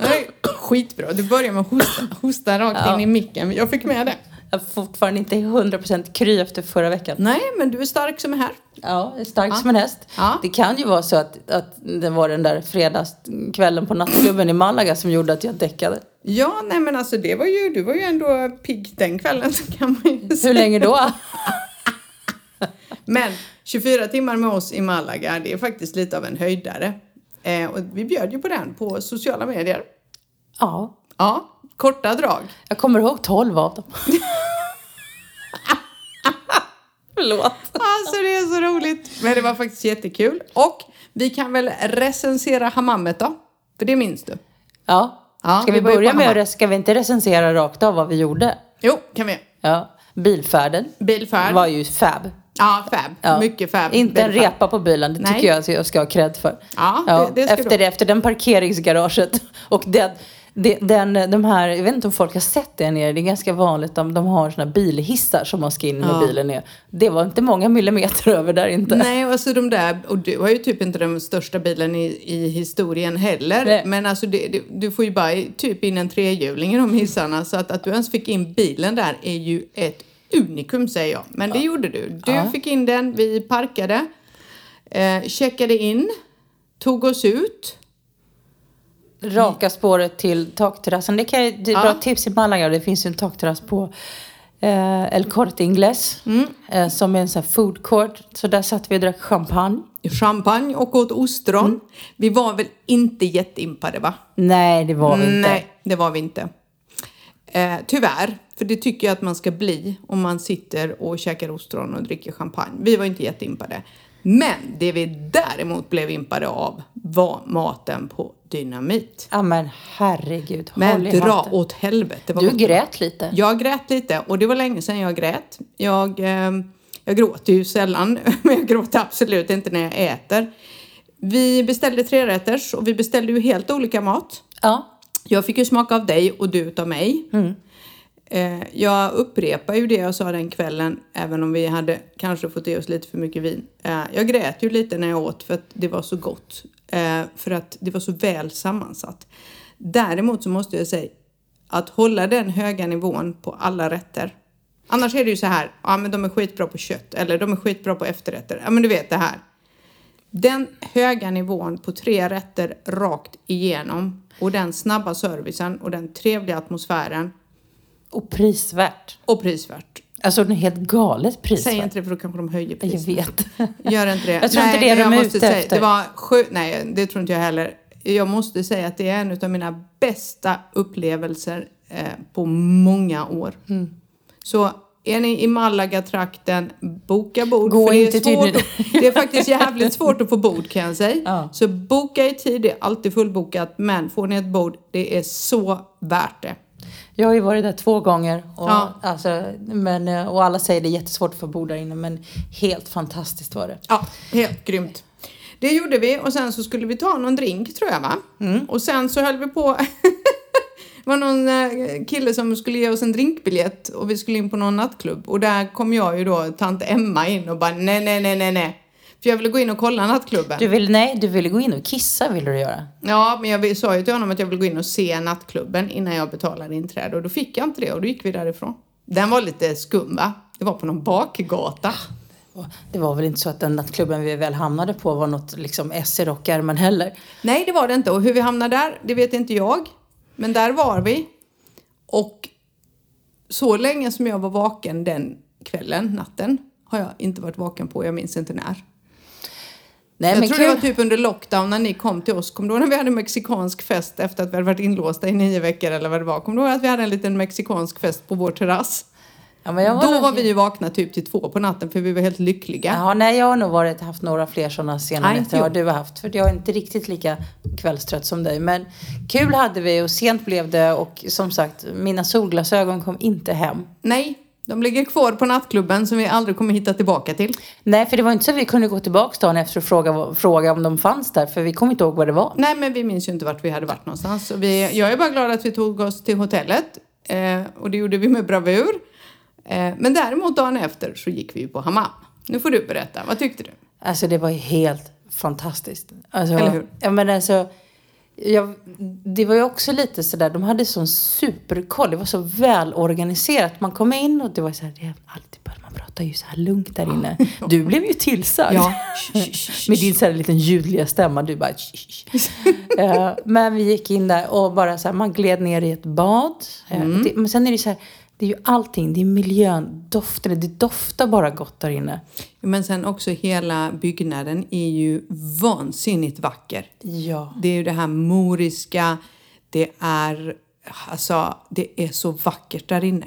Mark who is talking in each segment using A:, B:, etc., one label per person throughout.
A: Nej, skitbra. Du börjar med att hosta, hosta rakt
B: Ja.
A: in i micken. Jag fick med det.
B: Jag är fortfarande inte 100% kry efter förra veckan.
A: Nej, men du är stark som är här.
B: Ja, jag är stark
A: Ja.
B: som en häst.
A: Ja.
B: Det kan ju vara så att, att det var den där fredagskvällen på nattklubben i Malaga som gjorde att jag däckade.
A: Ja, nej men alltså det var ju, du var ju ändå pigg den kvällen så kan man ju
B: Hur
A: säga.
B: länge då?
A: Men 24 timmar med oss i Malaga, det är faktiskt lite av en höjdare. Eh, och vi bjöd ju på den på sociala medier.
B: Ja,
A: Ja, korta drag.
B: jag kommer ihåg 12 av dem. Förlåt.
A: Alltså det är så roligt. Men det var faktiskt jättekul. Och vi kan väl recensera hamammet då? För det minns du?
B: Ja.
A: Ja,
B: ska
A: vi
B: vi,
A: var ju
B: börja
A: på
B: med att
A: Hammar.
B: res- ska vi inte recensera rakt av vad vi gjorde?
A: Jo, kan vi.
B: Ja. Bilfärden
A: Bilfärd.
B: var ju fab.
A: Ja, fab.
B: Ja.
A: Mycket fab.
B: Inte en
A: Bilfärd.
B: repa på bilen, det
A: Nej.
B: tycker jag att jag ska ha cred för.
A: Ja, det- det ska
B: efter,
A: du.
B: det, efter den parkeringsgaraget och den, de- den, de här, jag vet inte om folk har sett det nere, det är ganska vanligt om de har såna bilhissar som man ska in med
A: Ja.
B: bilen ner. Det var inte många millimeter över där inte.
A: Nej, och alltså de där, och du har ju typ inte den största bilen i, i historien heller.
B: Nej.
A: Men alltså det, det, du får ju bara i- typ in en trehjuling i de hissarna. Så att, att du ens fick in bilen där är ju ett unikum säger jag. Men det gjorde du. Du
B: Ja.
A: fick in den, vi parkade, eh, checkade in, tog oss ut.
B: Raka spåret till takterrassen, det, kan, jag- det är ett
A: Ja.
B: bra tips i Malaga, det finns ju en takterrass på eh, El Corte Inglés
A: Mm.
B: eh, som är en sån här food court. Så där satt vi och drack champagne.
A: Champagne och åt ostron.
B: Mm.
A: Vi var väl inte jätteimpade va?
B: Nej, det var vi inte.
A: Nej, det var vi inte. Eh, tyvärr, för det tycker jag att man ska bli om man sitter och käkar ostron och dricker champagne. Vi var inte jätteimpade. Men det vi däremot blev impade av var maten på Dynamit.
B: Ja men herregud,
A: Men
B: håll i
A: dra
B: hatten.
A: åt helvete. det var
B: Du
A: gott.
B: grät lite.
A: Jag grät lite och det var länge sedan jag grät. Jag, eh, jag gråter ju sällan, men jag gråter absolut inte när jag äter. Vi beställde trerätters och vi beställde ju helt olika mat.
B: Ja.
A: Jag fick ju smaka av dig och du av mig. Eh, jag upprepar ju det jag sa den kvällen, även om vi hade kanske fått i oss lite för mycket vin. Eh, jag grät ju lite när jag åt för att det var så gott. Eh, för att det var så väl sammansatt. Däremot så måste jag säga att hålla den höga nivån på alla rätter. Annars är det ju så här, ja men de är skitbra på kött eller de är skitbra på efterrätter. Ja men du vet det här. Den höga nivån på tre rätter rakt igenom och den snabba servicen och den trevliga atmosfären
B: Och prisvärt.
A: och prisvärt.
B: Alltså det är helt galet prisvärt.
A: Säg inte det för då kanske de höjer
B: Jag
A: priset.
B: vet.
A: Gör inte det.
B: Jag tror inte det
A: men
B: de
A: jag
B: är
A: måste
B: ute
A: säga,
B: efter.
A: Det var sju, nej, det tror inte jag heller. Jag måste säga att det är en av mina bästa upplevelser eh, på många år.
B: Mm.
A: Så är ni i Malaga-trakten, boka bord.
B: Gå
A: för det,
B: inte
A: är
B: till
A: svårt
B: Dynamit.
A: att, det är faktiskt jävligt svårt att få bord kan jag säga.
B: Ja.
A: Så boka i tid, det är alltid fullbokat. Men får ni ett bord, det är så värt det.
B: Jag har ju varit där två gånger och,
A: Ja.
B: alltså, men, eh, och alla säger det är jättesvårt att få bo där inne men helt fantastiskt var det.
A: Ja, helt grymt. Det gjorde vi och sen så skulle vi ta någon drink tror jag va? Och sen så höll vi på. det var någon eh, kille som skulle ge oss en drinkbiljett och vi skulle in på någon nattklubb. Och där kom jag ju då, tant Emma in och bara nej, nej, nej, nej, nej. För jag ville gå in och kolla nattklubben.
B: Du vill, nej, du ville gå in och kissa ville du göra.
A: Ja, men jag vill- sa ju till honom att jag ville gå in och se nattklubben innan jag betalade inträde och då fick jag inte det och då gick vi därifrån. Den var lite skum va? Det var på någon bakgata.
B: Och Det var väl inte så att den nattklubben vi väl hamnade på var något liksom S i rockärmen heller.
A: Nej, det var det inte. Och hur vi hamnade där, det vet inte jag. Men där var vi. Och så länge som jag var vaken den kvällen, natten, har jag inte varit vaken på. Jag minns inte när.
B: Nej
A: jag
B: men
A: tror
B: kul.
A: det var typ under lockdown när ni kom till oss. Kommer du ihåg när vi hade mexikansk fest efter att vi hade varit inlåsta i nio veckor eller vad det var? Kommer du ihåg att vi hade en liten mexikansk fest på vår terrass?
B: ja, men jag var
A: Då
B: nog-
A: var vi ju vakna typ till två på natten för vi var helt lyckliga.
B: Ja, nej, jag har nog varit, haft några fler sådana senare
A: Nej,
B: än
A: inte
B: vad
A: jag.
B: du har haft. För jag är inte riktigt lika kvällstrött som dig. Men kul hade vi och sent blev det och som sagt, mina solglasögon kom inte hem.
A: Nej, De ligger kvar på nattklubben som vi aldrig kommer hitta tillbaka till.
B: Nej, för det var inte så att vi kunde gå tillbaka dagen efter och fråga, fråga om de fanns där, för vi kom inte ihåg vad det var.
A: Nej, men vi minns ju inte vart vi hade varit någonstans. Så vi, jag är bara glad att vi tog oss till hotellet eh, och det gjorde vi med bravur. Eh, men däremot dagen efter så gick vi ju på hammam. Nu får du berätta, vad tyckte du?
B: Alltså det var ju helt fantastiskt. Alltså,
A: Eller hur?
B: Ja, men alltså, jag, det var ju också lite sådär, de hade sån superkoll. Det var så välorganiserat. Man kom in och det var så här, det är alltid bara, man pratar ju så här lugnt där inne. Du blev ju tillsagd.
A: Ja. Sh- sh- sh- sh-
B: Med din så här liten ljudliga stämma. Du bara... "Sh- sh- sh." Eh, men vi gick in där och bara så här, man gled ner i ett bad. Eh,
A: Mm.
B: det, men sen är det så här, det är ju allting. Det är miljön, doften. Det doftar bara gott där inne.
A: Men sen också hela byggnaden är ju vansinnigt vacker.
B: Ja.
A: Det är ju det här moriska, det är, alltså, det är så vackert där inne.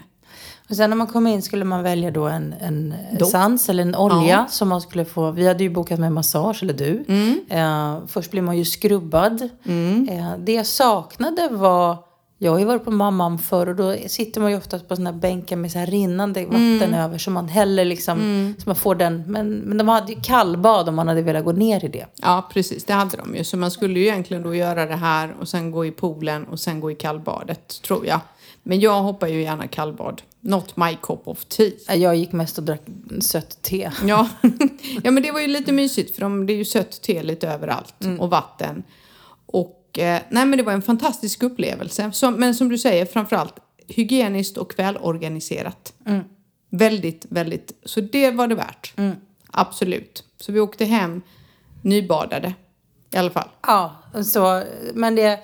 B: Och sen när man kom in skulle man välja då en, en sans eller en olja som man skulle få. Vi hade ju bokat med massage, eller du. Eh, först blev man ju skrubbad. Eh, det jag saknade var, jag har ju varit på mamman förr och då sitter man ju oftast på såna här bänkar med så här rinnande vatten över så man häller liksom, så man får den. Men, men de hade ju kallbad om man hade velat gå ner i det.
A: Ja, precis, det hade de ju. Så man skulle ju egentligen då göra det här och sen gå i poolen och sen gå i kallbadet, tror jag. Men jag hoppar ju gärna kallbad. Not my cup of tea.
B: Eh, Jag gick mest och drack sött te.
A: Ja, ja men det var ju lite mysigt för de, det är ju sött te lite överallt och vatten. Och eh, nej men det var en fantastisk upplevelse. Som, men som du säger, framförallt hygieniskt och välorganiserat. Väldigt, väldigt. Så det var det värt. Absolut. Så vi åkte hem nybadade. I alla fall.
B: Ja, så, men, det,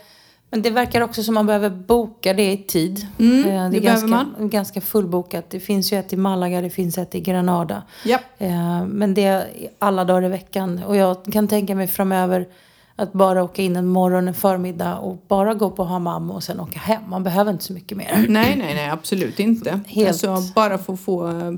B: men det verkar också som man behöver boka det i tid. Eh, det är
A: det
B: ganska,
A: behöver
B: ganska fullbokat. Det finns ju ett i Malaga, det finns ett i Granada.
A: Ja.
B: Eh, Men det är alla dagar i veckan. Och jag kan tänka mig framöver att bara åka in en morgon, en förmiddag och bara gå på hammam och sen åka hem. Man behöver inte så mycket mer.
A: Nej, nej, nej, absolut inte.
B: Helt.
A: Alltså, bara för att få... eh,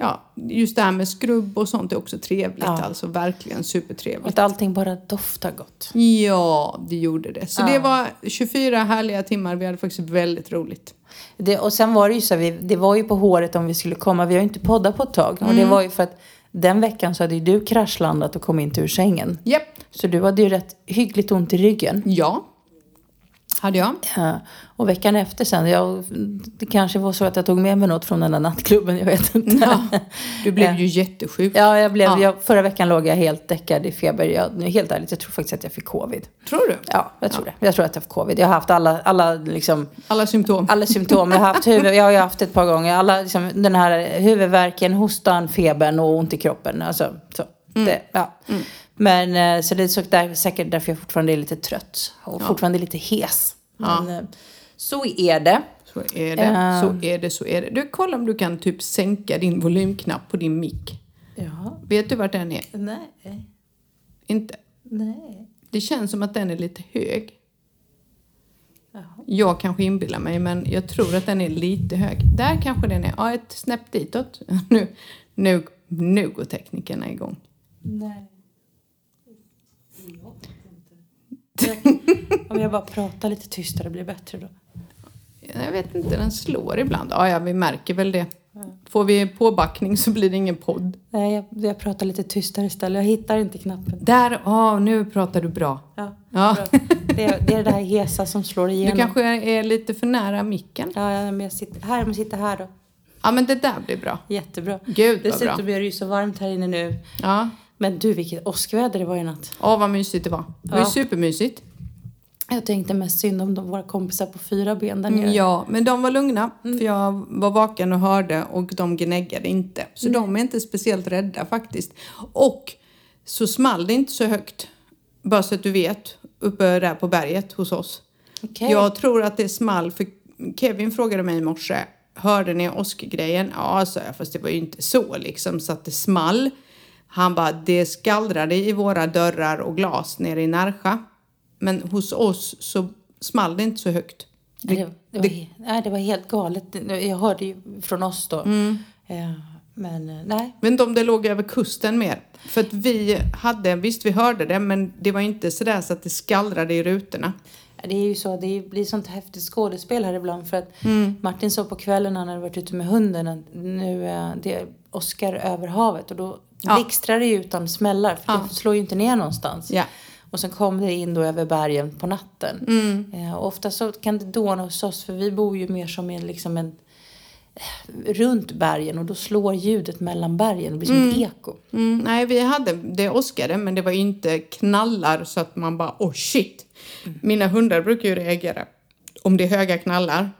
A: Ja, just det här med skrubb och sånt är också trevligt. Alltså verkligen supertrevligt.
B: Att allting bara doftar gott.
A: Ja, det gjorde det. Så det var 24 härliga timmar. Vi hade faktiskt väldigt roligt.
B: Det, och sen var det ju så här, vi, det var ju på håret om vi skulle komma. Vi har ju inte poddat på ett tag. Och det var ju för att den veckan så hade ju du kraschlandat och kom inte ur sängen.
A: Japp.
B: Så du hade ju rätt hyggligt ont i ryggen.
A: Ja. Hade jag.
B: Eh, Och veckan efter sen, jag, det kanske var så att jag tog med mig något från den där nattklubben, jag vet inte.
A: Ja, du blev ju jättesjuk.
B: Ja, jag blev,
A: Ja.
B: Jag, förra veckan låg jag helt däckad i feber. Jag, nu, helt ärligt, jag tror faktiskt att jag fick covid.
A: Tror du?
B: Ja, jag tror det. Jag tror att jag fick covid. Jag har haft alla, alla liksom,
A: Alla symptom.
B: alla symptom. Jag har haft huvud, jag har ju haft ett par gånger. Alla, liksom, den här huvudvärken, hostan, febern och ont i kroppen. Alltså, så. Det, ja. Men eh, så det är så där, säkert därför jag fortfarande är lite trött och fortfarande lite hes. Men, eh, så är det.
A: Så är det, så är det, så är det. Du, kolla om du kan typ sänka din volymknapp på din mick.
B: Ja,
A: Vet du vart den är?
B: nej,
A: Inte.
B: nej.
A: Det känns som att den är lite hög.
B: Jaha.
A: Jag kanske inbillar mig, men jag tror att den är lite hög. Där kanske den är. Ja, ett snäpp ditåt. Nu, nu, nu går teknikerna igång.
B: nej. Om jag bara pratar lite tystare blir det bättre då.
A: Jag vet inte, den slår ibland. Ja, ja, vi märker väl det. Får vi påbackning så blir det ingen podd.
B: Nej, jag, jag pratar lite tystare istället. Jag hittar inte knappen.
A: Där, ja, nu pratar du bra.
B: Ja,
A: Ja.
B: bra. Det, är, det är det här hesa som slår
A: Du
B: igenom.
A: kanske är lite för nära micken.
B: Ja, ja, men jag sitter här, men sitter här då.
A: Ja, men det där blir bra.
B: Jättebra.
A: Gud, vad bra.
B: Dessutom är det ju så varmt här inne nu.
A: Ja,
B: Men du, vilket åskväder det var i natt.
A: Åh vad mysigt det var. Det var ju
B: Ja.
A: supermysigt.
B: Jag tänkte mest synd om de, våra kompisar på fyra ben där nere.
A: Mm, Ja, men de var lugna. För jag var vaken och hörde och de gnäggade inte. Så de är inte speciellt rädda faktiskt. Och så small det inte så högt. Bara så att du vet. Uppe där på berget hos oss.
B: Okej.
A: Jag tror att det small för Kevin frågade mig i morse. Hörde ni åskgrejen? Ja, sa jag. Fast det var ju inte så liksom så att det small. Han bara, det skallrade i våra dörrar och glas nere i Närsjö. Men hos oss så small det inte så högt.
B: Det, det, var, he- nej, det var helt galet. Jag hörde ju från oss då.
A: Mm.
B: Eh, Men eh, nej.
A: Jag vet inte om det låg över kusten mer. För att vi hade, visst vi hörde det, men det var inte sådär så att det skallrade i rutorna.
B: Det är ju så, det blir sånt häftigt skådespel här ibland. För att
A: Mm.
B: Martin sa på kvällen när han hade varit ute med hunden att nu är det Oscar över havet. Och då
A: Ja.
B: blixtrar det ju utan smällar för det slår ju inte ner någonstans.
A: Ja.
B: Och sen kom det in då över bergen på natten.
A: Mm.
B: Eh, och ofta så kan det dåna hos oss för vi bor ju mer som en, liksom en eh, runt bergen och då slår ljudet mellan bergen. Det blir som ett eko.
A: Mm, nej, vi hade det åskade, men det var inte knallar så att man bara oh shit. Mina hundar brukar ju reagera om det är höga knallar.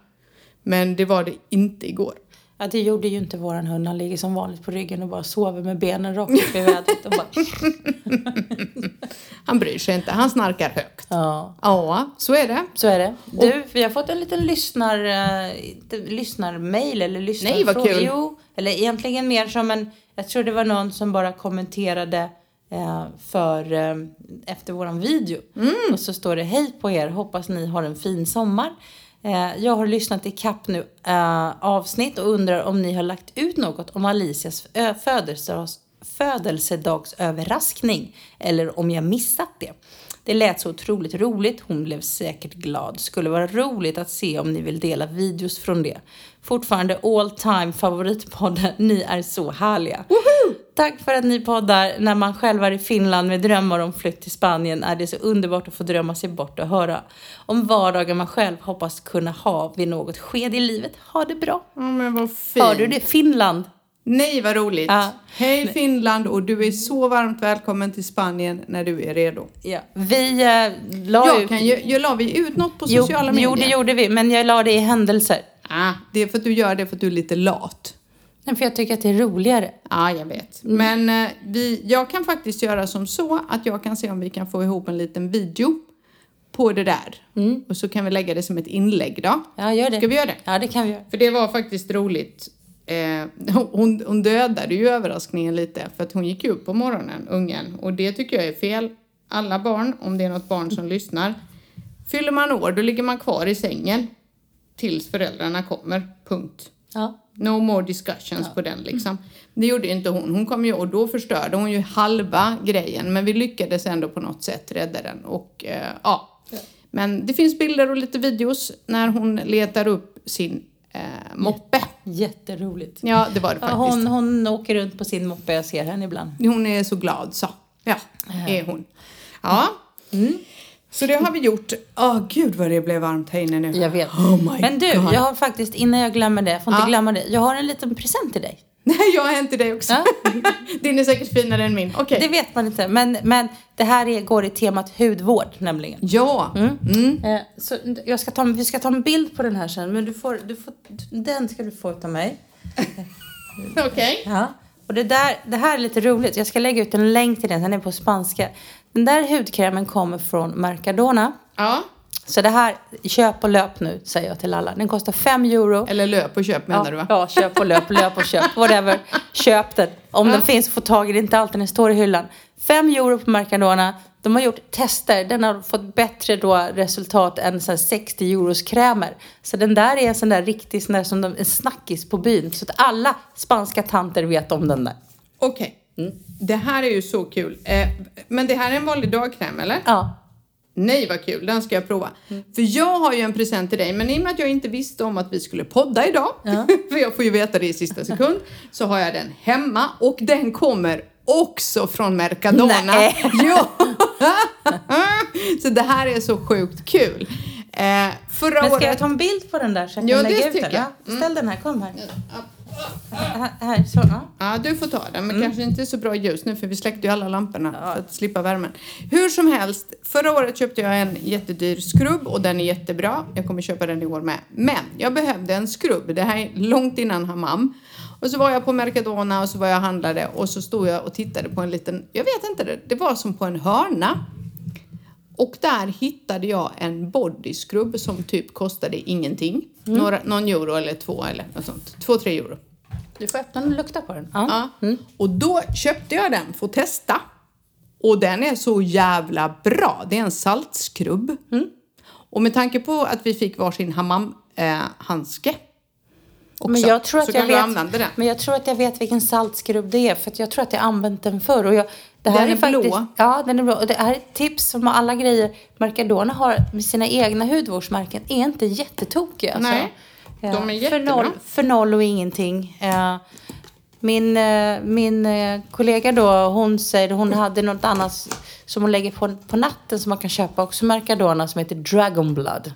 A: Men det var det inte igår.
B: Ja, det gjorde ju inte våran hund. Han ligger som vanligt på ryggen och bara sover med benen rakt upp i vädret. Och bara,
A: Han bryr sig inte, han snarkar högt.
B: ja.
A: Ja, så är det.
B: Så är det. Du, vi har fått en liten lyssnar, eh, inte lyssnarmail eller lyssnarfråga.
A: Nej, vad kul.
B: Jo, eller egentligen mer som en, jag tror det var någon som bara kommenterade eh, för, eh, efter våran video.
A: Mm.
B: Och så står det, hej på er, hoppas ni har en fin sommar. Eh, jag har lyssnat i kapp nu eh, avsnitt och undrar om ni har lagt ut något om Alicias ö- födelsedags, födelsedagsöverraskning eller om jag missat det. Det lät så otroligt roligt, hon blev säkert glad. Skulle vara roligt att se om ni vill dela videos från det. Fortfarande all time favoritpodden, ni är så härliga. Tack för att ni poddar. När man själv är i Finland med drömmar om flytt till Spanien är det så underbart att få drömma sig bort och höra om vardagen man själv hoppas kunna ha vid något skede i livet. Ha det bra!
A: Ja, men vad fint.
B: Hör du det? Finland!
A: Nej, vad roligt.
B: Ja.
A: Hej Finland och du är så varmt välkommen till Spanien när du är redo.
B: Ja. Vi eh, la
A: Jag
B: ut...
A: kan ju, jag la vi ut något på
B: jo,
A: sociala medier?
B: jo, det gjorde vi, men jag la det i händelser.
A: Ah, det är för att du gör det för att du är lite lat.
B: Nej, För jag tycker att det är roligare.
A: Ja, jag vet. Men eh, vi, jag kan faktiskt göra som så att jag kan se om vi kan få ihop en liten video på det där. Och så kan vi lägga det som ett inlägg då.
B: Ja, gör det.
A: Ska vi göra det?
B: Ja, det kan vi göra.
A: För det var faktiskt roligt. Eh, hon, hon dödade ju överraskningen lite för att hon gick ju upp på morgonen, ungen. Och det tycker jag är fel. Alla barn, om det är något barn som lyssnar. Fyller man år, då ligger man kvar i sängen tills föräldrarna kommer. Punkt.
B: Ja.
A: No more discussions på den liksom. Det gjorde ju inte hon. Hon kom ju och då förstörde hon ju halva grejen. Men vi lyckades ändå på något sätt rädda den. Och, eh, ja. Men det finns bilder och lite videos när hon letar upp sin eh, moppe.
B: Jätteroligt.
A: Ja, det var det
B: Ja,
A: faktiskt.
B: hon, hon åker runt på sin moppe, jag ser henne ibland.
A: Hon är så glad så. Ja, är hon. Ja.
B: Mm.
A: Så det har vi gjort. Åh gud vad det blev varmt här inne nu.
B: Jag vet.
A: Oh my
B: Men du,
A: God.
B: jag har faktiskt, innan jag glömmer det, jag får inte glömma det. Jag har en liten present till dig.
A: Nej, jag har hänt till dig också.
B: Ja.
A: Din är säkert finare än min. Okej.
B: Det vet man inte, men, men det här är, går i temat hudvård nämligen.
A: Ja. Mm.
B: Eh, så jag ska ta, vi ska ta en bild på den här sen, men du får, du får, den ska du få av mig.
A: Okej.
B: Ja. Och det, där, det här är lite roligt, jag ska lägga ut en länk till den, den är på spanska. Den där hudkrämen kommer från Mercadona.
A: Ja.
B: Så det här, köp och löp nu, säger jag till alla. Den kostar 5 euro.
A: Eller löp och köp menar
B: ja,
A: du va?
B: Ja, köp och löp, löp och köp. Whatever. Köp den. Om den finns, få tag i den. Inte alltid den står i hyllan. 5 euro på Mercadona. De har gjort tester. Den har fått bättre då resultat än så här 60 euros krämer. Så den där är en sån där riktig sån där som de, en snackis på byn. Så att alla spanska tanter vet om den där.
A: Okej.
B: Mm.
A: Det här är ju så kul. Eh, men det här är en vanlig dagkräm eller?
B: Ja. Mm.
A: Nej vad kul, den ska jag prova. För jag har ju en present till dig men i och med att jag inte visste om att vi skulle podda idag, för jag får ju veta det i sista sekund, så har jag den hemma och den kommer också från Mercadona.
B: Nej.
A: Jo. så det här är så sjukt kul. Eh, förra
B: Men
A: året...
B: ska jag ta en bild på den där så att
A: Ja,
B: jag
A: det
B: lägger ut
A: tycker
B: den?
A: jag. Mm.
B: Ja, Ställ den här, kom här. Här, här så, ja.
A: Ja, du får ta den, men kanske inte så bra ljus nu för vi släckte ju alla lamporna för att slippa värmen. Hur som helst, förra året köpte jag en jättedyr skrubb och den är jättebra. Jag kommer köpa den i år med. Men jag behövde en skrubb, det här är långt innan hammam. Och så var jag på Mercadona och så var jag och handlade och så stod jag och tittade på en liten, jag vet inte, det, det var som på en hörna. Och där hittade jag en bodyskrubb som typ kostade ingenting.
B: Mm.
A: Några, någon euro eller två eller något sånt. Två, tre euro.
B: Du får öppna den och lukta på den. Ja.
A: Ja. Mm. Och då köpte jag den för att testa. Och den är så jävla bra. Det är en saltskrubb.
B: Mm.
A: Och med tanke på att vi fick varsin hammamhandske eh, handske, också.
B: Men jag, tror
A: så
B: att jag
A: kan du
B: vet,
A: använda den.
B: men jag tror att jag vet vilken saltskrubb det är för att jag tror att jag använt den förr. Och jag, det här
A: Den
B: är,
A: är
B: faktiskt,
A: blå.
B: Ja, den är blå. Och det här är ett tips som alla grejer Mercadona har med sina egna hudvårdsmärken är inte jättetokiga. Alltså.
A: Nej, de är
B: för,
A: jättebra.
B: noll, för noll och ingenting. Eh, Min, eh, min eh, kollega då, hon säger hon hade något annat som hon lägger på, på natten som man kan köpa också Mercadona som heter Dragon Blood.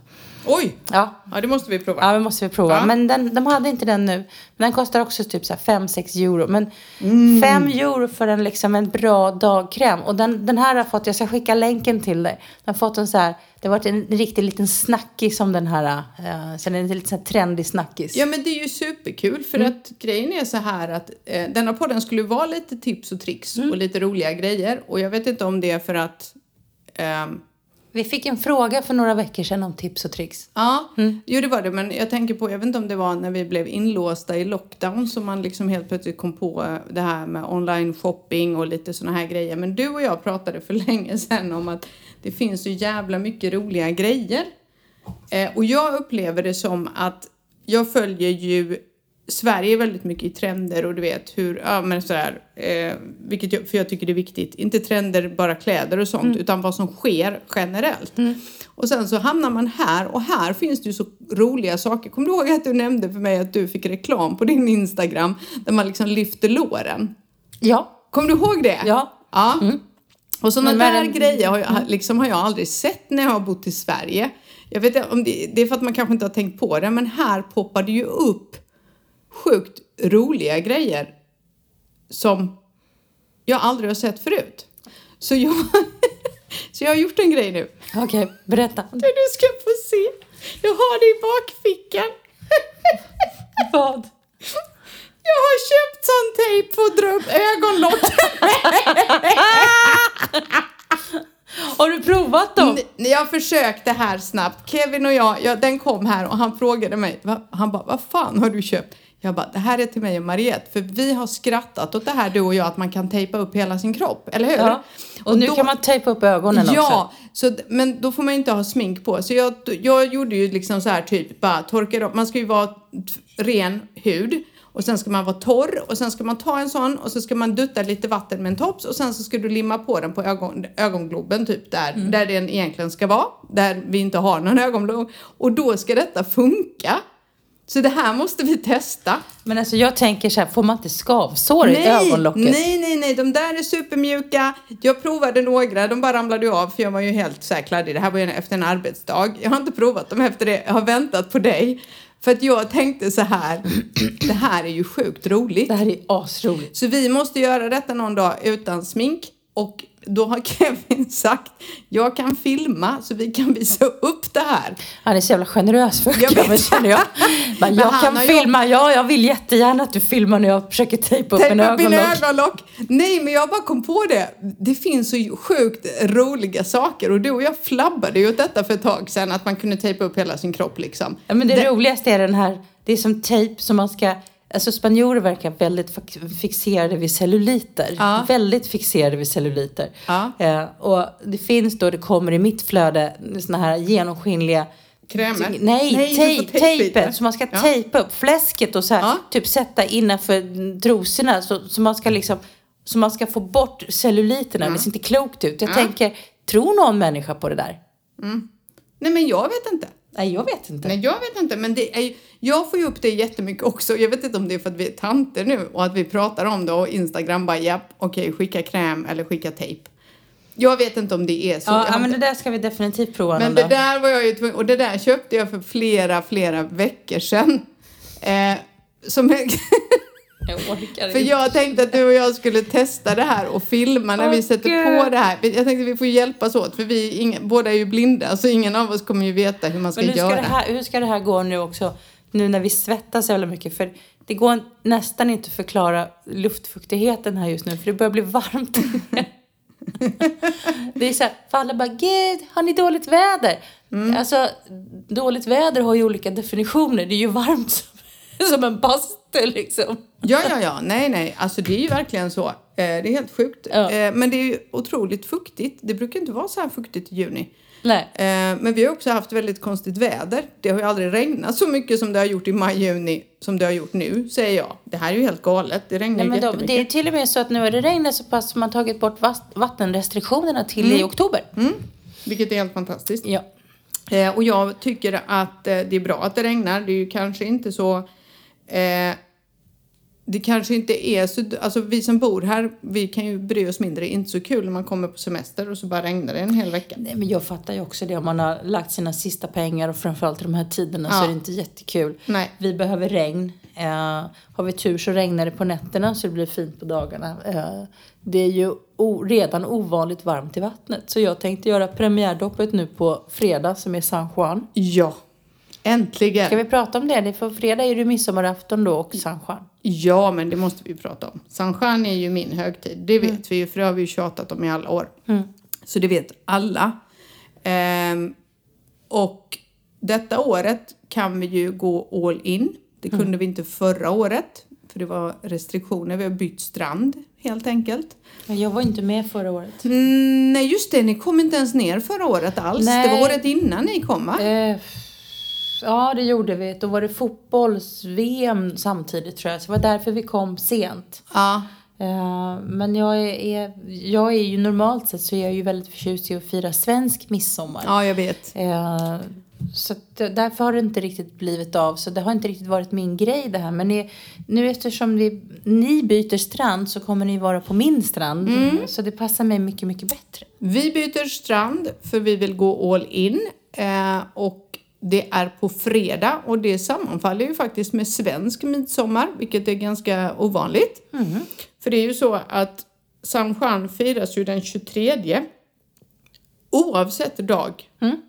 A: Oj!
B: Ja,
A: Ja, det måste vi prova.
B: Ja, det måste vi prova.
A: Ja.
B: Men den, de hade inte den nu. Men den kostar också typ 5-6 euro. Men
A: Mm.
B: 5 euro för en, liksom, en bra dagkräm. Och den, den här har fått, jag ska skicka länken till dig. Den har fått en så här, det har varit en riktig liten snackis som den här. Uh, sen är det en lite så här trendig snackis.
A: Ja men det är ju superkul för att grejen är så här att eh, denna podden skulle vara lite tips och tricks och lite roliga grejer och jag vet inte om det är för att ehm,
B: Vi fick en fråga för några veckor sedan om tips och tricks.
A: Ja, jo det var det men jag tänker på, jag vet inte om det var när vi blev inlåsta i lockdown som man liksom helt plötsligt kom på eh, det här med online shopping och lite såna här grejer men du och jag pratade för länge sedan om att det finns så jävla mycket roliga grejer eh, och jag upplever det som att jag följer ju Sverige väldigt mycket i trender och du vet hur, ja men sådär, eh, vilket jag, för jag tycker det är viktigt, inte trender bara kläder och sånt utan vad som sker generellt. Och sen så hamnar man här och här finns det ju så roliga saker. Kommer du ihåg att du nämnde för mig att du fick reklam på din Instagram där man liksom lyfter låren?
B: Ja.
A: Kommer du ihåg det?
B: Ja.
A: ja. Och sådana
B: Men vad är
A: där
B: det-
A: grejer har jag, liksom, har jag aldrig sett när jag har bott i Sverige. Jag vet inte om det, det är för att man kanske inte har tänkt på det, men här poppar det ju upp sjukt roliga grejer som jag aldrig har sett förut. Så jag, så jag har gjort en grej nu.
B: Okej, berätta.
A: Du, du ska få se. Jag har det i bakfickan.
B: Vad?
A: Jag har köpt sån tejp för att dra upp ögonlocken.
B: Har du provat dem?
A: N- när jag försökte här snabbt, Kevin och jag, jag, den kom här och han frågade mig, va, han bara, vad fan har du köpt? Jag bara, det här är till mig och Mariette, för vi har skrattat åt det här du och jag, att man kan tejpa upp hela sin kropp, eller hur?
B: Ja. Och nu
A: då-
B: kan man tejpa upp ögonen också.
A: Ja, så, d- men då får man ju inte ha smink på. Så jag, jag gjorde ju liksom så här typ, bara torkade upp. Man ska ju vara t- ren hud och sen ska man vara torr och sen ska man ta en sån och så ska man dutta lite vatten med en tops och sen så ska du limma på den på ögon, ögongloben typ där,
B: Mm.
A: där den egentligen ska vara. Där vi inte har någon ögonglob. Och då ska detta funka. Så det här måste vi testa.
B: Men alltså jag tänker så här, får man inte skavsår i ögonlocket?
A: Nej, nej, nej. De där är supermjuka. Jag provade några, de bara ramlade ju av för jag var ju helt så här kladdig. Det här var ju efter en arbetsdag. Jag har inte provat dem efter det. Jag har väntat på dig. För att jag tänkte så här, det här är ju sjukt roligt.
B: Det här är asroligt.
A: Så vi måste göra detta någon dag utan smink. Och då har Kevin sagt, jag kan filma så vi kan visa upp det här.
B: Han är så jävla generös för
A: Jag
B: Kevin
A: vet.
B: känner jag. Bara,
A: Men
B: jag
A: han
B: kan
A: har ju-
B: filma, ja jag vill jättegärna att du filmar när jag försöker tejpa upp en
A: Tejpa upp mina
B: ögonlock.
A: ögonlock. Nej, men jag bara kom på det. Det finns så sjukt roliga saker och du och jag flabbade ju åt detta för ett tag sedan att man kunde tejpa upp hela sin kropp liksom.
B: Ja, men det, roligaste är den här, det är som tejp som man ska Alltså spanjorer verkar väldigt fa- fixerade vid celluliter.
A: Ja.
B: Väldigt fixerade vid celluliter.
A: Ja.
B: Eh, och det finns då, det kommer i mitt flöde, såna här genomskinliga
A: Krämer?
B: Nej, Nej
A: Nej, du får
B: tejp,
A: tejpbitar.
B: tejpet. Så man ska
A: Ja.
B: tejpa upp fläsket och så här,
A: Ja.
B: typ sätta innanför trosorna. Så, så man ska liksom, så man ska få bort celluliterna.
A: Mm.
B: Det ser inte klokt ut. Jag tänker, tror någon människa på det där?
A: Nej, men jag vet inte.
B: Nej, jag vet inte.
A: Nej, jag vet inte. Men det är, ju- jag får ju upp det jättemycket också. Jag vet inte om det är för att vi är tanter nu och att vi pratar om det och Instagram bara japp, okej, skicka kräm eller skicka tejp. Jag vet inte om det är så. Jag
B: Ja,
A: har
B: ja, men
A: inte-
B: det där ska vi definitivt prova någon
A: Men
B: dag.
A: det där var jag ju tvungen, och det där köpte jag för flera, flera veckor sedan. Eh, som,
B: Jag orkar
A: för
B: inte.
A: jag tänkte att du och jag skulle testa det här och filma när vi
B: Åh,
A: sätter
B: Gud.
A: på det här. Jag tänkte att vi får hjälpas åt för vi är ingen, båda är ju blinda så ingen av oss kommer ju veta hur man ska
B: Men hur ska,
A: göra.
B: det här, hur ska det här gå nu också? Nu när vi svettas så jävla mycket. För det går nästan inte att förklara luftfuktigheten här just nu. För det börjar bli varmt. det är så här, för alla bara, gud, har ni dåligt väder?
A: Mm.
B: Alltså, dåligt väder har ju olika definitioner. Det är ju varmt som, som en bastu liksom.
A: Ja, ja, ja. Nej, nej. Alltså det är ju verkligen så. Eh, Det är helt sjukt.
B: Ja.
A: Eh, Men det är ju otroligt fuktigt. Det brukar inte vara så här fuktigt i juni.
B: Nej.
A: Eh, Men vi har också haft väldigt konstigt väder. Det har ju aldrig regnat så mycket som det har gjort i maj-juni som det har gjort nu, säger jag. Det här är ju helt galet. Det regnar
B: Nej,
A: ju
B: men de,
A: jättemycket.
B: det är till och med så att nu har det regnat så pass att man tagit bort vas- vattenrestriktionerna till i oktober.
A: Mm. Vilket är helt fantastiskt.
B: Ja.
A: Eh, och jag tycker att eh, det är bra att det regnar. Det är ju kanske inte så... Eh, det kanske inte är så... Alltså vi som bor här, vi kan ju bry oss mindre. Det är inte så kul när man kommer på semester och så bara regnar det en hel vecka.
B: Nej, men jag fattar ju också det. Om man har lagt sina sista pengar och framförallt i de här tiderna så
A: Ja.
B: är det inte jättekul.
A: Nej.
B: Vi behöver regn. Eh, har vi tur så regnar det på nätterna så det blir fint på dagarna. Eh, det är ju o- redan ovanligt varmt i vattnet. Så jag tänkte göra premiärdoppet nu på fredag som är San Juan.
A: Ja, äntligen!
B: Ska vi prata om det? det är för fredag är det midsommarafton då och San Juan.
A: Ja, men det måste vi prata om. Sunshine är ju min högtid. Det vet vi ju, för det har vi ju tjatat om i alla år. Så det vet alla. Ehm, och detta året kan vi ju gå all in. Det kunde vi inte förra året, för det var restriktioner. Vi har bytt strand, helt enkelt.
B: Jag var inte med förra året.
A: Mm, nej, just det. Ni kom inte ens ner förra året alls. Det
B: Nej.
A: var året innan ni kom, va?
B: Eh, ja, det gjorde vi. Då var det fotbolls-VM samtidigt tror jag. Så det var därför vi kom sent.
A: Ja.
B: Eh, men jag är, är, jag är ju normalt sett så är jag ju väldigt förtjust i att fira svensk midsommar.
A: ja, jag vet.
B: Eh, så att, eh, därför har det inte riktigt blivit av. Så det har inte riktigt varit min grej det här. Men ni, nu eftersom vi, ni byter strand så kommer ni vara på min strand. Så det passar mig mycket, mycket bättre.
A: Vi byter strand för vi vill gå all in eh, och det är på fredag och det sammanfaller ju faktiskt med svensk midsommar vilket är ganska ovanligt. För det är ju så att San Juan firas ju den 23 oavsett dag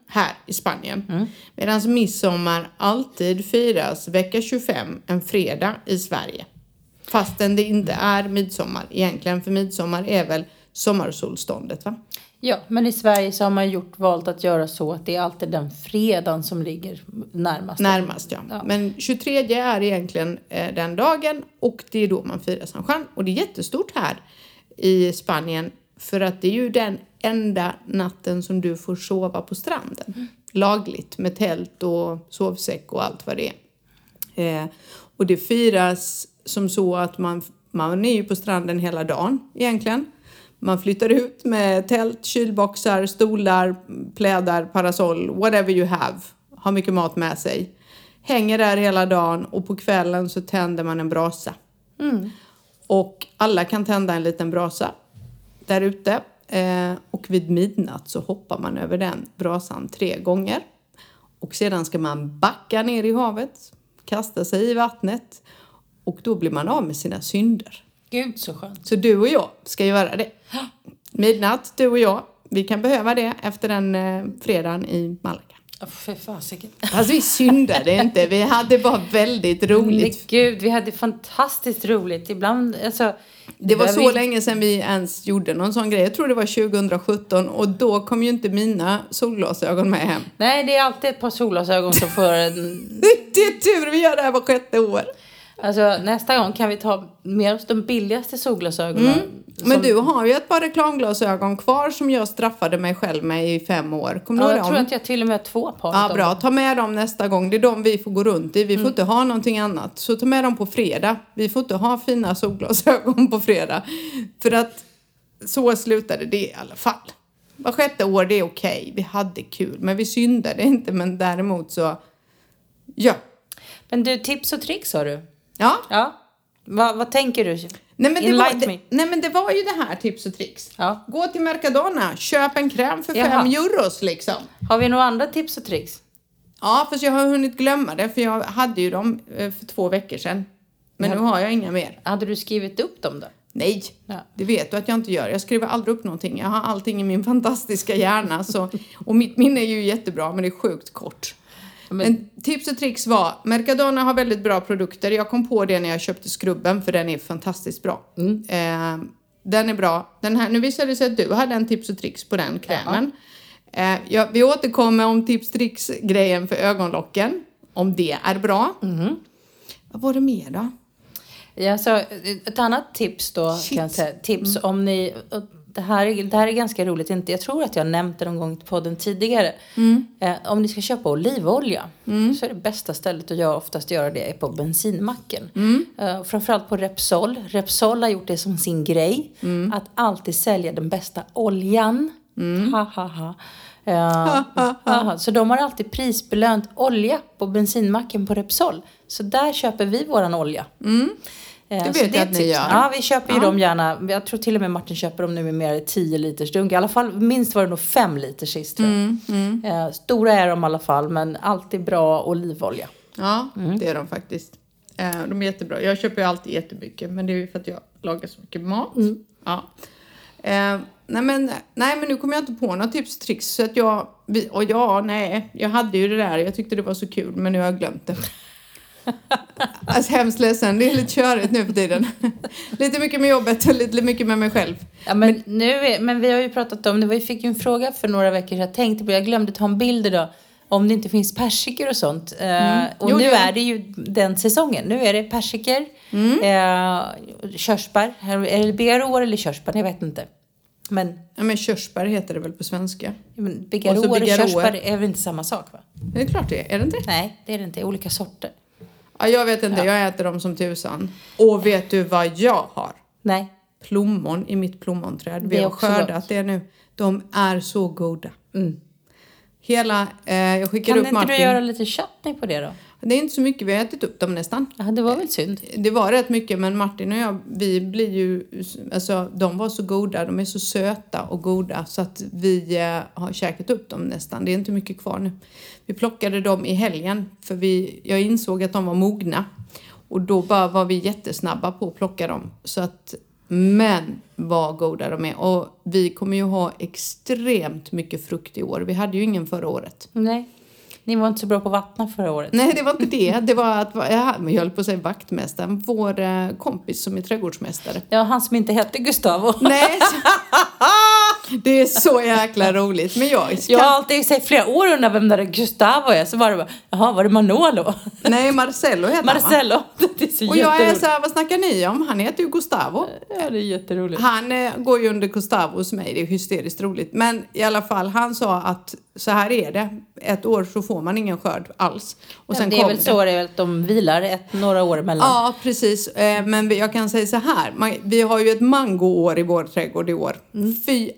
A: här i Spanien. Medan midsommar alltid firas vecka 25 en fredag i Sverige. Fastän det inte är midsommar egentligen för midsommar är väl sommarsolståndet va?
B: Ja, men i Sverige så har man gjort, valt att göra så att det är alltid den fredagen som ligger närmast.
A: Närmast ja. Men 23 är egentligen eh, den dagen och det är då man firar San Juan. Och det är jättestort här i Spanien för att det är ju den enda natten som du får sova på stranden. Lagligt med tält och sovsäck och allt vad det är. Eh, och det firas som så att man, man är ju på stranden hela dagen egentligen. Man flyttar ut med tält, kylboxar, stolar, plädar, parasoll, whatever you have. Har mycket mat med sig. Hänger där hela dagen och på kvällen så tänder man en brasa. Och alla kan tända en liten brasa där ute. Eh, och vid midnatt så hoppar man över den brasan tre gånger. Och sedan ska man backa ner i havet, kasta sig i vattnet och då blir man av med sina synder.
B: Gud så skönt.
A: Så du och jag ska göra det. Midnatt, du och jag. Vi kan behöva det efter den eh, fredagen i Malaga.
B: Oh, för fasiken.
A: Fast vi syndade inte. Vi hade bara väldigt
B: Men
A: roligt.
B: gud, vi hade fantastiskt roligt. Ibland, alltså.
A: Det var
B: där
A: så
B: vi-
A: länge sedan vi ens gjorde någon sån grej. Jag tror det var 2017 och då kom ju inte mina solglasögon med hem.
B: Nej, det är alltid ett par solglasögon som får en...
A: Det är tur vi gör det här var sjätte år.
B: Alltså nästa gång kan vi ta med oss de billigaste solglasögonen.
A: Men du har ju ett par reklamglasögon kvar som jag straffade mig själv med i fem år. Kommer du
B: Ja,
A: ihåg
B: jag tror
A: dem?
B: att jag till och med har två par
A: Ja,
B: utav
A: bra. Ta med dem nästa gång. Det är de vi får gå runt i. Vi får
B: Mm.
A: inte ha någonting annat. Så ta med dem på fredag. Vi får inte ha fina solglasögon på fredag. För att så slutade det i alla fall. Var sjätte år, det är okej. Vi hade kul. Men vi syndade inte. Men däremot så... Ja.
B: Men du, tips och tricks har du.
A: Ja.
B: Ja. Va, vad tänker du?
A: Nej men, det
B: Enlighten
A: var,
B: me.
A: det, nej men det var ju det här tips och tricks.
B: Ja.
A: Gå till Mercadona, köp en kräm för
B: Jaha.
A: fem euros liksom.
B: Har vi några andra tips och tricks?
A: Ja fast jag har hunnit glömma det för jag hade ju dem eh, för två veckor sedan. Men nu har jag inga mer.
B: Hade du skrivit upp dem då?
A: Nej,
B: Ja.
A: det vet du att jag inte gör. Jag skriver aldrig upp någonting. Jag har allting i min fantastiska hjärna. Så, och mitt minne är ju jättebra men det är sjukt kort. Men, tips och tricks var, Mercadona har väldigt bra produkter. Jag kom på det när jag köpte skrubben för den är fantastiskt bra. Eh, den är bra. Den här, nu visade det sig att du hade en tips och tricks på den krämen. Eh, ja, vi återkommer om tips och tricks grejen för ögonlocken. Om det är bra. Vad var det mer då?
B: Ja, så, eh, ett annat tips då,
A: Shit.
B: kan jag säga. Tips om ni eh, Det här, är, det här är ganska roligt. Inte- Jag tror att jag har nämnt det någon gång i podden tidigare. Eh, om ni ska köpa olivolja så är det bästa stället att jag oftast göra det är på bensinmacken. Eh, framförallt på Repsol. Repsol har gjort det som sin grej. Att alltid sälja den bästa oljan. Ha, ha, ha. Eh, aha, så de har alltid prisbelönt olja på bensinmacken på Repsol. Så där köper vi våran olja. Eh,
A: Det
B: så
A: vet jag
B: är
A: att ni
B: tips.
A: gör.
B: Ja, vi köper ju dem gärna. Jag tror till och med Martin köper dem nu med mer 10 liters dunk. I alla fall minst var det nog 5 liter sist tror jag.
A: Mm,
B: Eh, stora är de i alla fall men alltid bra olivolja.
A: Ja, det är de faktiskt. Eh, De är jättebra. Jag köper ju alltid jättemycket men det är ju för att jag lagar så mycket mat. Ja. Eh, nej, men, nej men nu kommer jag inte på några tips och tricks. Så att jag, vi- och ja, nej, jag hade ju det där. Jag tyckte det var så kul men nu har jag glömt det. Alltså hemskt ledsen, det är lite körigt nu för tiden. lite mycket med jobbet och lite mycket med mig själv.
B: Ja, men, nu är, men vi har ju pratat om det. Vi fick ju en fråga för några veckor sedan. Jag tänkte på Jag glömde ta en bild idag. Om det inte finns persikor och sånt. Eh, och
A: Jo,
B: nu
A: det gör
B: är det ju den säsongen. Nu är det persikor, eh, körsbär. Är det begarår eller körsbär? Jag vet inte. Men
A: Ja, men körsbär heter det väl på svenska?
B: Men
A: Och så
B: bigarråer och
A: bigarråer.
B: körsbär är väl inte samma sak va?
A: Det är klart det är, är det inte?
B: Nej, det är det inte. Det är Olika sorter.
A: Ja, jag vet inte, jag äter dem som tusan. Och vet du vad jag har?
B: Nej.
A: plommon i mitt plommonträd.
B: Det
A: Vi
B: är
A: har
B: också Mm.
A: skördat det nu. De är så goda. Hela, eh, jag skickar
B: Kan
A: upp
B: inte
A: Martin.
B: du göra lite chutney på det då?
A: Det är inte så mycket, vi har ätit upp dem nästan.
B: Ja, det var väl synd.
A: Det var rätt mycket men Martin och jag, vi blir ju, alltså de var så goda, de är så söta och goda så att vi eh, har käkat upp dem nästan. Det är inte mycket kvar nu. Vi plockade dem i helgen för vi, jag insåg att de var mogna och då bara var vi jättesnabba på att plocka dem. Så att, men vad goda de är och vi kommer ju ha extremt mycket frukt i år. Vi hade ju ingen förra året.
B: Nej. Ni var inte så bra på att vattna förra året.
A: Nej, det var inte det. Det var att, ja, men jag höll på att säga vaktmästaren, vår eh, kompis som är trädgårdsmästare.
B: Ja, han som inte hette Gustavo.
A: Nej, det är så jäkla roligt. Men jag
B: Jag har
A: ska...
B: alltid i sig flera år undrat vem den där Gustavo är. Så var det bara, jaha, var det Manolo?
A: Nej, Marcello heter han va?
B: Marcello? Det är så
A: Och jag är
B: jätteroligt.
A: så här, vad snackar ni om? Han heter ju Gustavo.
B: Ja, det är jätteroligt.
A: Han eh, går ju under Gustavo hos mig, det är hysteriskt roligt. Men i alla fall, han sa att så här är det. Ett år så får man ingen skörd alls. Och sen
B: det är
A: kom
B: väl så det är väl att de vilar ett, några år emellan.
A: Ja, precis. Eh, Men vi- jag kan säga så här. man- Vi har ju ett mangoår i vår trädgård i år. Fy
B: Mm.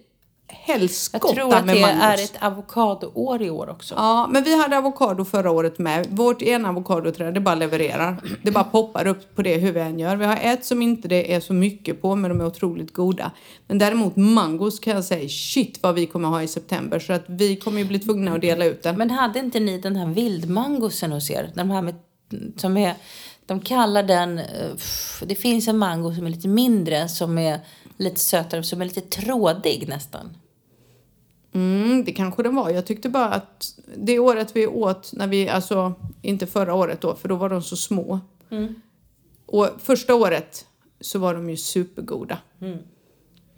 B: jag
A: helskotta
B: tror att
A: med
B: det
A: mangos.
B: är ett avokadoår i år också.
A: Ja, men vi hade avokado förra året med. Vårt ena avokadoträd, det bara levererar. Det bara poppar upp på det hur vi än gör. Vi har ett som inte det är så mycket på, men de är otroligt goda. Men däremot mangos kan jag säga, shit vad vi kommer ha i september. Så att vi kommer ju bli tvungna att dela ut den.
B: Men hade inte ni den här vildmangosen hos er? De här med, som är, de kallar den... eh, pff, Det finns en mango som är lite mindre, som är lite sötare, som är lite trådig nästan.
A: Mm, det kanske den var. Jag tyckte bara att det året vi åt, när vi, alltså inte förra året då, för då var de så små.
B: Mm.
A: Och första året så var de ju supergoda.
B: Mm.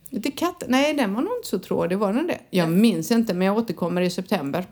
A: Inte katten, nej den var nog inte så trådig, var den det? Jag minns inte men jag återkommer i september.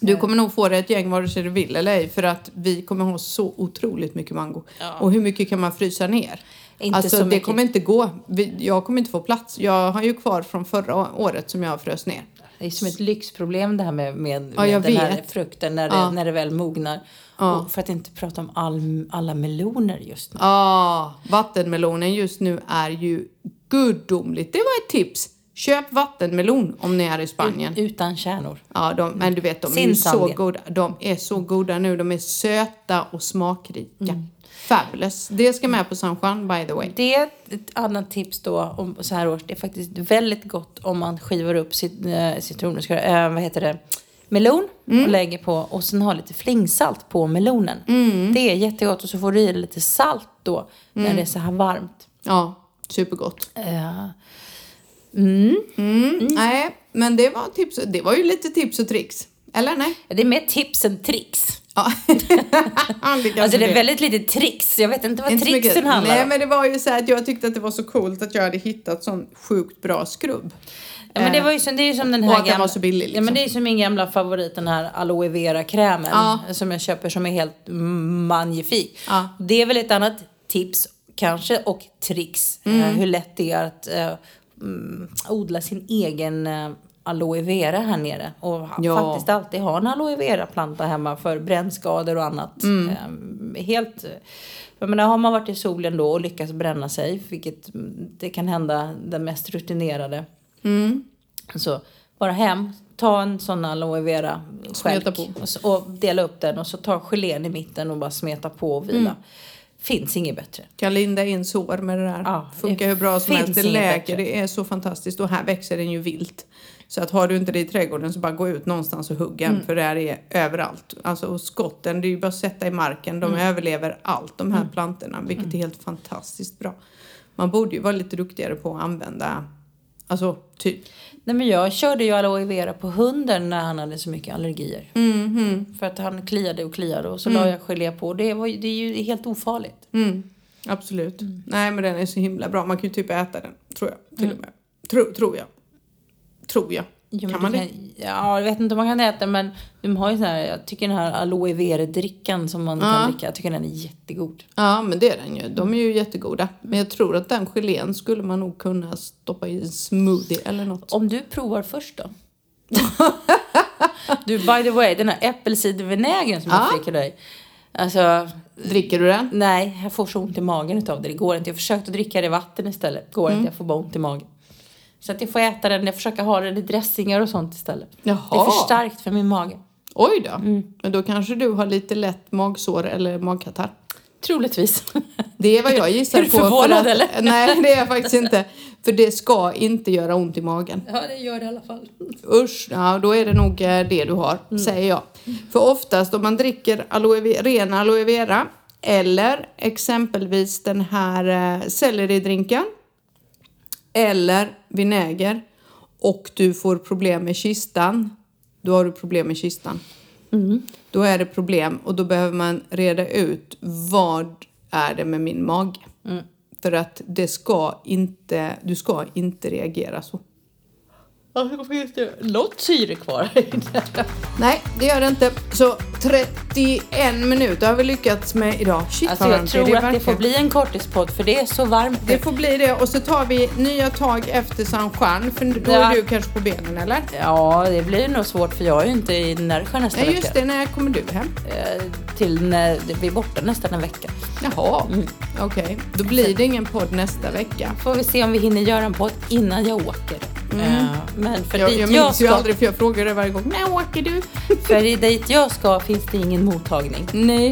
A: Du kommer nog få dig ett gäng vare sig du vill eller ej för att vi kommer ha så otroligt mycket mango. Och hur mycket kan man frysa ner?
B: Inte
A: alltså
B: så
A: det
B: mycket.
A: kommer inte gå. Vi- Jag kommer inte få plats. Jag har ju kvar från förra året som jag frös ner.
B: Det är som ett lyxproblem det här med, med, med
A: jag
B: den här
A: vet.
B: frukten när det, när det väl mognar. Och för att inte prata om all, alla meloner just nu.
A: Ja, vattenmelonen just nu är ju gudomligt. Det var ett tips. Köp vattenmelon om ni är i Spanien.
B: Utan kärnor.
A: Ja, de, men du vet, de är ju så
B: Sinsandia.
A: goda. De är så goda nu. De är söta och smakrika.
B: Mm.
A: Fabulous. Det ska med på San Juan, by the way.
B: Det är ett- ett annat tips då om så här års. Det är faktiskt väldigt gott om man skivar upp cit, äh, citron, nu ska jag- eh, vad heter det, melon och lägger på och sen har lite flingsalt på melonen. Det är jättegott och så får du i lite salt då när det är så här varmt.
A: Ja, supergott.
B: Eh,
A: Mm. Nej, men det var, tips, det var ju lite tips och tricks. Eller nej?
B: det är mer tips än tricks.
A: Ja. kanske
B: Alltså det är väldigt lite tricks. Jag vet inte vad
A: Inte så mycket.
B: tricksen handlar
A: Nej,
B: om.
A: men det var ju så här att jag tyckte att det var så coolt att jag hade hittat sån sjukt bra skrubb.
B: Ja, men det, var ju som, det är ju som den här
A: Eh, och att den var så billig,
B: Ja, men
A: liksom.
B: det är ju som min gamla favorit, den här aloe vera-krämen som jag köper som är helt mm, magnifik.
A: Ja. Mm.
B: Det är väl ett annat tips kanske och tricks eh, hur lätt det är att eh, mm, odla sin egen eh, aloe vera här nere och ha-
A: Ja.
B: faktiskt alltid ha en aloe vera-planta hemma för brännskador och annat.
A: Mm.
B: Eh, Helt, jag menar, har man varit i solen då och lyckats bränna sig, vilket mm, det kan hända den mest rutinerade,
A: Mm.
B: så Alltså, bara hem, ta en sån aloe vera
A: Smeta
B: skälk och, s- och dela upp den och så ta gelén i mitten och bara smeta på och vila.
A: Mm.
B: Finns inget bättre.
A: Kan linda in sår med det där.
B: Ja,
A: Funkar
B: det
A: hur bra som
B: finns
A: helst. Det
B: inget
A: läker,
B: bättre.
A: det är så fantastiskt. Och här växer den ju vilt. Så att har du inte det i trädgården så bara gå ut någonstans och hugga
B: Mm.
A: den. För det här är överallt. Alltså och skotten, det är ju bara att sätta i marken. De
B: Mm.
A: överlever allt de här plantorna. Vilket är helt fantastiskt bra. Man borde ju vara lite duktigare på att använda, alltså typ.
B: Nej, men jag körde ju aloe vera på hunden när han hade så mycket allergier.
A: Mm-hmm.
B: För att han kliade och kliade och så la jag gelé på. Det, var, ju- det är ju helt ofarligt.
A: Mm, absolut.
B: Mm.
A: Nej men den är så himla bra. Man kan ju typ äta den, tror jag. Till och med. Tro, tror jag. Tror jag.
B: Jo, men
A: kan man
B: du
A: det?
B: Ja, jag vet inte om man kan äta men de har ju sån här, jag tycker den här aloe vera-drickan som man kan dricka, jag tycker den är jättegod.
A: Ja men det är den ju. De är ju jättegoda. Men jag tror att den gelén skulle man nog kunna stoppa i en smoothie eller något.
B: Om du provar först då? du, by the way, den här äppelcidervinägern som jag fick av dig. Alltså,
A: Dricker du den?
B: nej, jag får så ont i magen utav det. Det går inte. Jag försökte dricka det i vatten istället. Går inte, jag får bara ont i magen. Så att jag får äta den, jag försöker ha den i dressingar och sånt istället. Det är
A: Jaha.
B: för starkt för min mage.
A: Oj då.
B: Mm.
A: Men då kanske du har lite lätt magsår eller magkatarr.
B: Troligtvis.
A: Det är vad jag gissar
B: Är du
A: på. för
B: förvånad,
A: att,
B: eller?
A: Nej det är jag faktiskt inte. För det ska inte göra ont i magen.
B: ja, det gör det i alla fall.
A: Usch, ja, då är det nog eh, det du har, säger jag. För oftast om man dricker aloe vera, ren aloe vera eller exempelvis den här eh, selleridrinken eller vinäger och du får problem med kistan, då har du problem med kistan. Då är det problem och då behöver man reda ut vad är det med min mage? För att det ska inte, du ska inte reagera så.
B: Alltså, Varför finns det något syre kvar?
A: Nej, det gör det inte. Så 31 minuter har vi lyckats med idag. Shit
B: alltså
A: vad
B: jag
A: varmt
B: tror
A: är.
B: att det får
A: verkligen-
B: bli en kortispodd för det är så varmt
A: Det får bli det och så tar vi nya tag efter San Juan för då
B: Ja.
A: är du kanske på benen eller?
B: Ja, det blir nog svårt för jag är ju inte i Närsjö nästa
A: Nej
B: vecka.
A: just det, när kommer du hem?
B: Eh, Till när vi är borta nästan en vecka.
A: Jaha, Mm. okej. Då blir det ingen podd nästa vecka.
B: Får vi se om vi hinner göra en podd innan jag åker. Eh, Men för,
A: Mm. Jag,
B: dit
A: jag
B: jag
A: minns ju
B: ska,
A: aldrig för jag frågar dig varje gång, när åker du?
B: för dit jag ska finns det ingen mottagning.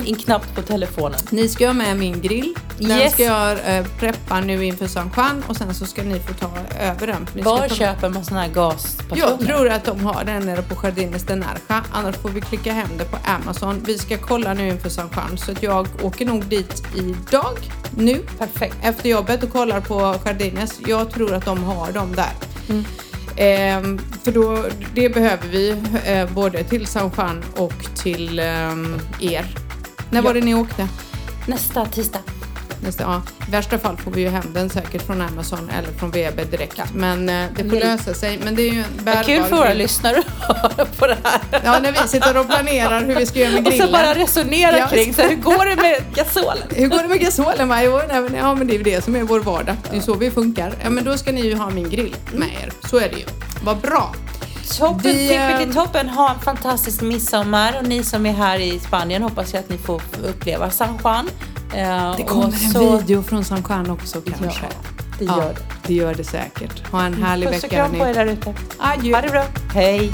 B: In, knappt på telefonen.
A: Ni ska ha med min grill. Den
B: Yes.
A: ska jag eh, preppa nu inför San Juan och sen så ska ni få ta över den. Ni ska
B: Var
A: ta-
B: köper man såna här gaspatroner?
A: Jag tror att de har den nere på Jardines de Narja. Annars får vi klicka hem det på Amazon. Vi ska kolla nu inför San Juan så att jag åker nog dit idag, nu,
B: Perfekt.
A: efter jobbet och kollar på Jardines. Jag tror att de har dem där. Ehm, för då, det behöver vi eh, både till San Juan och till ehm, er. När var det ni åkte?
B: Nästa tisdag.
A: Nästa, ja. I värsta fall får vi ju hem den säkert från Amazon eller från Weber direkt. Men eh, det får
B: Nej.
A: lösa sig. Men det är ju en bärbar
B: Vad kul för våra
A: grill.
B: lyssnare att höra på det här.
A: Ja, när vi sitter och planerar hur vi ska göra med
B: Och
A: grillen.
B: så bara resonera
A: Ja.
B: kring så här, hur går det med gasolen?
A: Hur går det med gasolen varje år? Nej, men, ja, men det är ju det som är vår vardag. Det är ju så vi funkar. Ja, men då ska ni ju ha min grill med er. Så är det ju. Vad bra.
B: Toppen,
A: Vi,
B: tippet
A: ehm,
B: i toppen. Ha en fantastisk midsommar och ni som är här i Spanien hoppas jag att ni får uppleva San Juan. Eh,
A: Det
B: och
A: kommer
B: så-
A: en video från San Juan också kanske.
B: Ja, det gör det. Mm.
A: det gör det säkert. Ha en härlig
B: Puss och
A: vecka.
B: kram på er
A: hörni.
B: där ute.
A: Adjö.
B: Ha det bra. Hej.